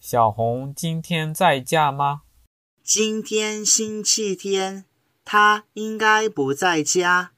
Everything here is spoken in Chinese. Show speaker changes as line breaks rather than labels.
小红今天在家吗？
今天星期天，他应该不在家。